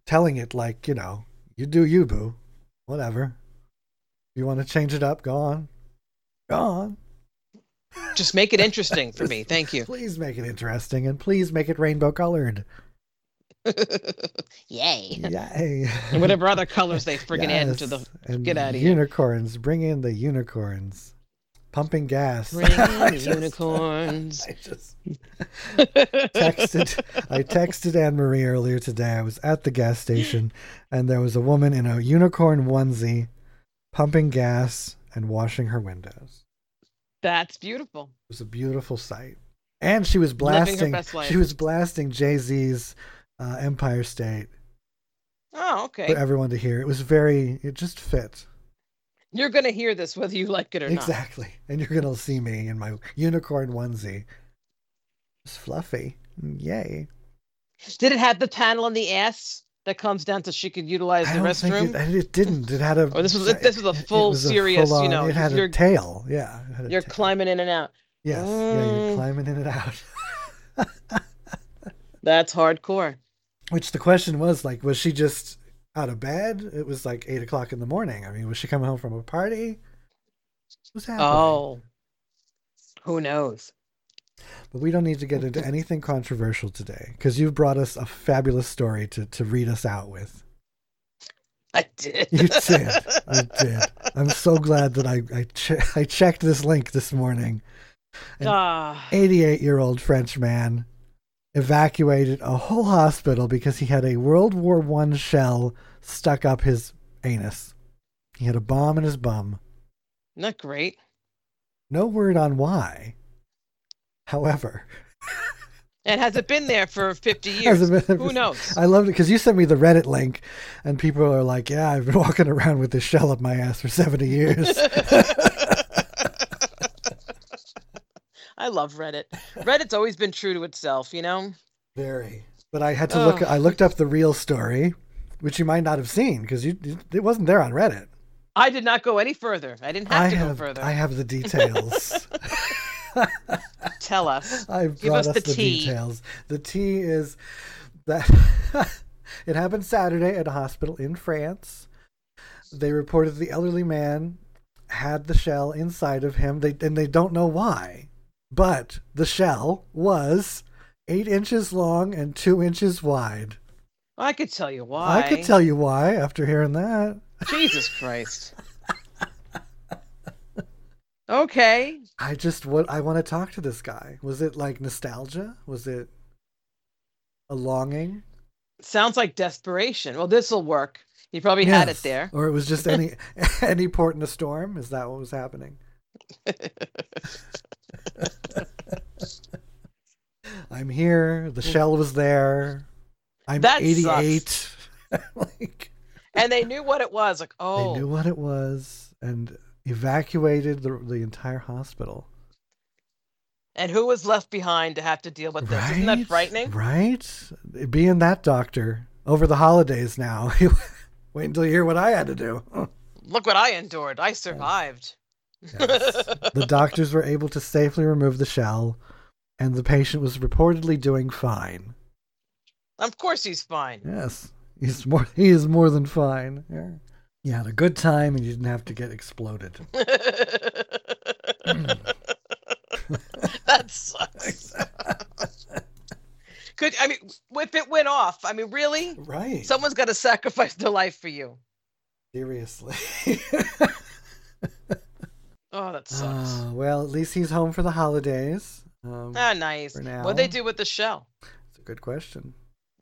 telling it like you know you do you boo, whatever. You want to change it up? Go on, go on. Just make it interesting for me. Thank you. Please make it interesting and please make it rainbow colored. Yay. Yay! And whatever other colors they friggin' add into the Yes. And get outta here. unicorns. Bring in the unicorns. pumping gas. Ring I of just- unicorns. I just texted. I texted Anne Marie earlier today. I was at the gas station, and there was a woman in a unicorn onesie, pumping gas and washing her windows. That's beautiful. It was a beautiful sight, and she was Living her blasting. best life. She was blasting Jay Z's uh, Empire State Oh, okay. for everyone to hear. It was very. It just fit You're gonna hear this whether you like it or not. exactly, and you're gonna see me in my unicorn onesie. It's fluffy. Yay! Did it have the panel in the ass that comes down to she could utilize the restroom? it, and it didn't. It had a. Oh, this was- this was a it- it full was a serious, full-on- you know, It had a you're- tail. Yeah. it had a You're tail. climbing in and out. yes. Yeah, you're Mm. climbing in and out. That's hardcore. Which the question was like, was she just out of bed? It was like eight o'clock in the morning. I mean, was she coming home from a party? What was happening? Oh, who knows? But we don't need to get into anything controversial today because you've brought us a fabulous story to, to read us out with. I did. You did. I did. I'm so glad that I I, che- I checked this link this morning. And- Ah, 88 year old French man evacuated a whole hospital because he had a World War One shell stuck up his anus. He had a bomb in his bum. not great. No word on why. However, And has it been there for 50 as years? a- Who knows? I loved it because you sent me the Reddit link, and people are like, "Yeah, I've been walking around with this shell up my ass for 70 years." I love Reddit. Reddit's always been true to itself, you know? Very. But I had to look. Ugh. I looked up the real story, which you might not have seen because you it wasn't there on Reddit. I did not go any further. I didn't have I to have, go further. I have the details. Tell us. I've Give brought us us the the, tea. details. The tea is that it happened Saturday at a hospital in France. They reported the elderly man had the shell inside of him. They and they don't know why, but the shell was eight inches long and two inches wide. I could tell you why. I could tell you why after hearing that. Jesus Christ. okay. I just what I want to talk to this guy. Was it like nostalgia? Was it a longing? Sounds like desperation. Well, this will work. You probably had it Yes. there. Or it was just any any port in a storm? Is that what was happening? I'm here. The shell was there. I'm That sucks. 88. like And they knew what it was. Like, oh, they knew what it was and evacuated the the entire hospital. and who was left behind to have to deal with this? right? Isn't that frightening? Right? Being that doctor over the holidays now. Wait until you hear what I had to do. Look what I endured. I survived. Yes. the doctors were able to safely remove the shell, and the patient was reportedly doing fine. Of course he's fine. Yes, he's more he is more than fine. Yeah. You had a good time, and you didn't have to get exploded. that sucks. Could I mean if it went off, I mean really? Right? Someone's gotta sacrifice their life for you. Seriously. Oh, that sucks. Uh, well, at least he's home for the holidays. Um, ah, nice. for What'd they now. do with the shell? It's a good question.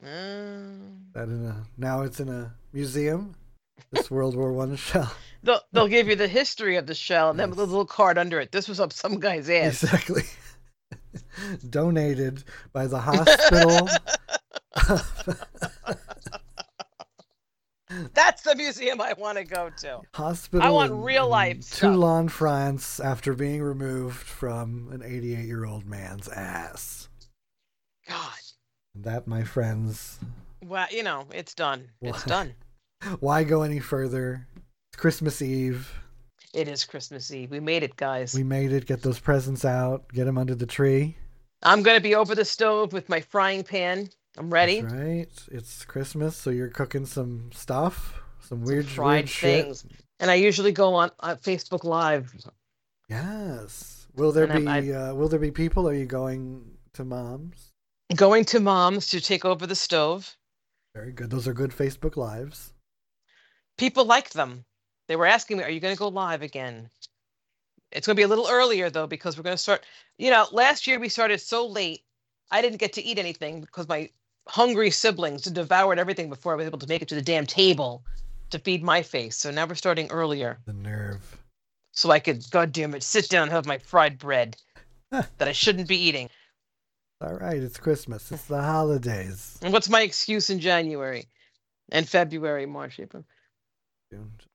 Mm. That in a now it's in a museum. This World War One shell. They'll they'll give you the history of the shell and then with a Nice. little card under it. This was up some guy's ass. Exactly. Donated by the hospital. That's the museum I want to go to. hospital. I want in- real in life stuff. Toulon, France, after being removed from an 88 year old man's ass. God. That, my friends, Well, you know, it's done. It's Why? done. why go any further? It's Christmas Eve. It is Christmas Eve. We made it, guys. We made it. Get those presents out. Get them under the tree. I'm gonna be over the stove with my frying pan. I'm ready. That's right. It's Christmas, so you're cooking some stuff, some weird, Fried weird shit. things. And I usually go on uh, Facebook Live. Yes. Will there And be I- uh, will there be people? Are you going to mom's? Going to mom's to take over the stove. Very good. Those are good Facebook lives. People liked them. They were asking me, "Are you gonna go live again?" It's going to be a little earlier though because we're going to start. You know, last year we started so late, I didn't get to eat anything because my hungry siblings devoured everything before I was able to make it to the damn table to feed my face. So now we're starting earlier, The nerve. so I could, goddamn it, sit down and have my fried bread that I shouldn't be eating. All right, it's Christmas. It's the holidays. And what's my excuse in January, and February, March, April?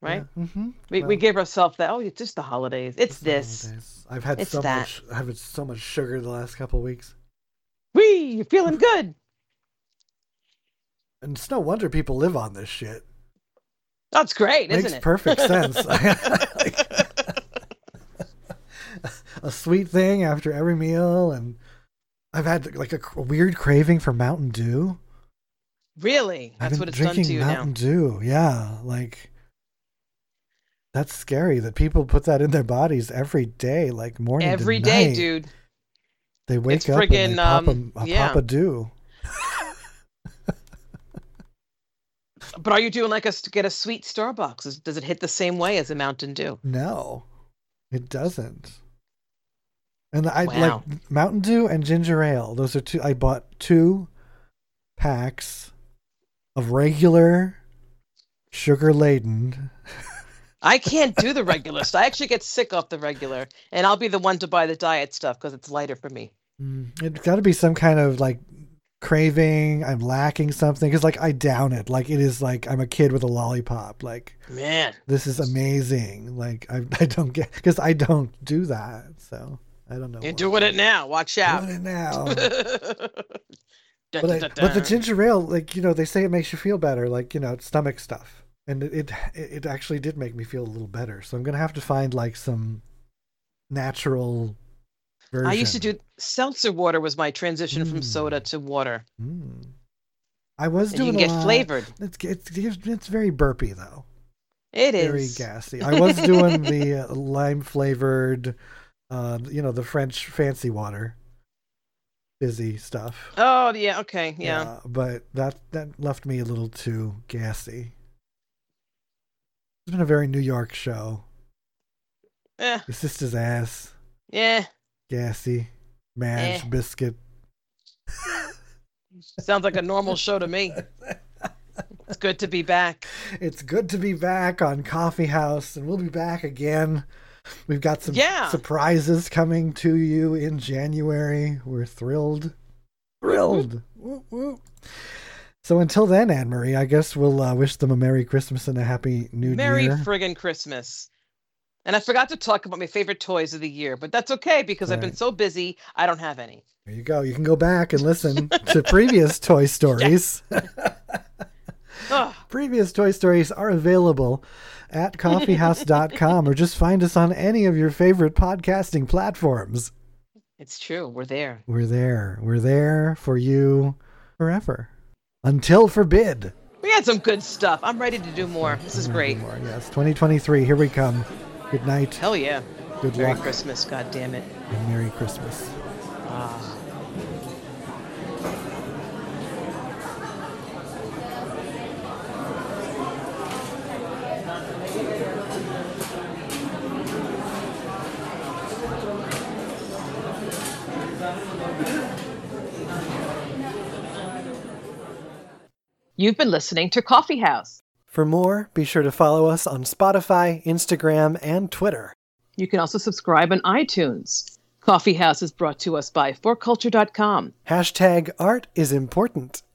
Right? hmm We we Well- give ourselves that. Oh, it's just the holidays. It's, this. I've had It's so that. much. I've had so much sugar the last couple weeks, We you're feeling good. and it's no wonder people live on this shit. That's great, Makes isn't it? perfect sense. a sweet thing after every meal, and I've had like a, cr- weird craving for Mountain Dew. Really, I've that's been what it's done drinking to you Mountain now. Dew. Yeah, like that's scary that people put that in their bodies every day, like morning Every to day, night. dude. They wake It's up and friggin', they pop um, a, a yeah. pop a Dew. But are you doing like us to get a sweet Starbucks? Is- Does it hit the same way as a Mountain Dew? No, it doesn't. And I Wow. like Mountain Dew and ginger ale. Those are two. I bought two packs of regular, sugar laden. I can't do the regular stuff. I actually get sick off the regular, and I'll be the one to buy the diet stuff because it's lighter for me. Mm, It's got to be some kind of like craving. I'm lacking something because like I down it. Like it is like I'm a kid with a lollipop. Like Man, this is amazing. Like I I don't get because I don't do that. So I don't know. you're what- doing it now. Watch out. Doing it now. Dun, but, dun, I, dun, but the dun. ginger ale, like you know, they say it makes you feel better, like you know, it's stomach stuff, and it, it it actually did make me feel a little better. So I'm gonna have to find like some natural version. I used to do seltzer water was my transition from Mm. soda to water. Mm. I was And you doing can a get lot. flavored. It's, it's it's very burpy though, It is. very gassy. I was doing the uh, lime flavored, uh, you know, the French fancy water, fizzy stuff. Uh, Oh yeah, okay, yeah. but that that left me a little too gassy. It's been a very New York show. Eh, It's just his ass, yeah. gassy, mash, Eh. biscuit. Sounds like a normal show to me. It's good to be back. It's good to be back on Coffee House, and we'll be back again. We've got some Yeah. surprises coming to you in January. We're thrilled, Mm-hmm. thrilled. Whoop, whoop. So until then, Anne Marie, I guess we'll uh, wish them a Merry Christmas and a Happy New Merry Year. friggin' Christmas. And I forgot to talk about my favorite toys of the year, but that's okay because I've been Right. so busy, I don't have any. There you go. You can go back and listen to previous Toy Stories. Ugh, previous Toy Stories are available at coffeehouse.com or just find us on any of your favorite podcasting platforms. it's true. We're there. We're there. We're there for you forever. Until forbid. We had some good stuff. I'm ready to do more. This is great. More, Yes, 2023. Here we come. Good night. Hell yeah. Good Merry luck. Christmas, god damn it. And Merry Christmas. Ah. You've been listening to Coffee House. For more, be sure to follow us on Spotify, Instagram, and Twitter. You can also subscribe on iTunes. Coffee House is brought to us by 4culture.com. Hashtag art is important.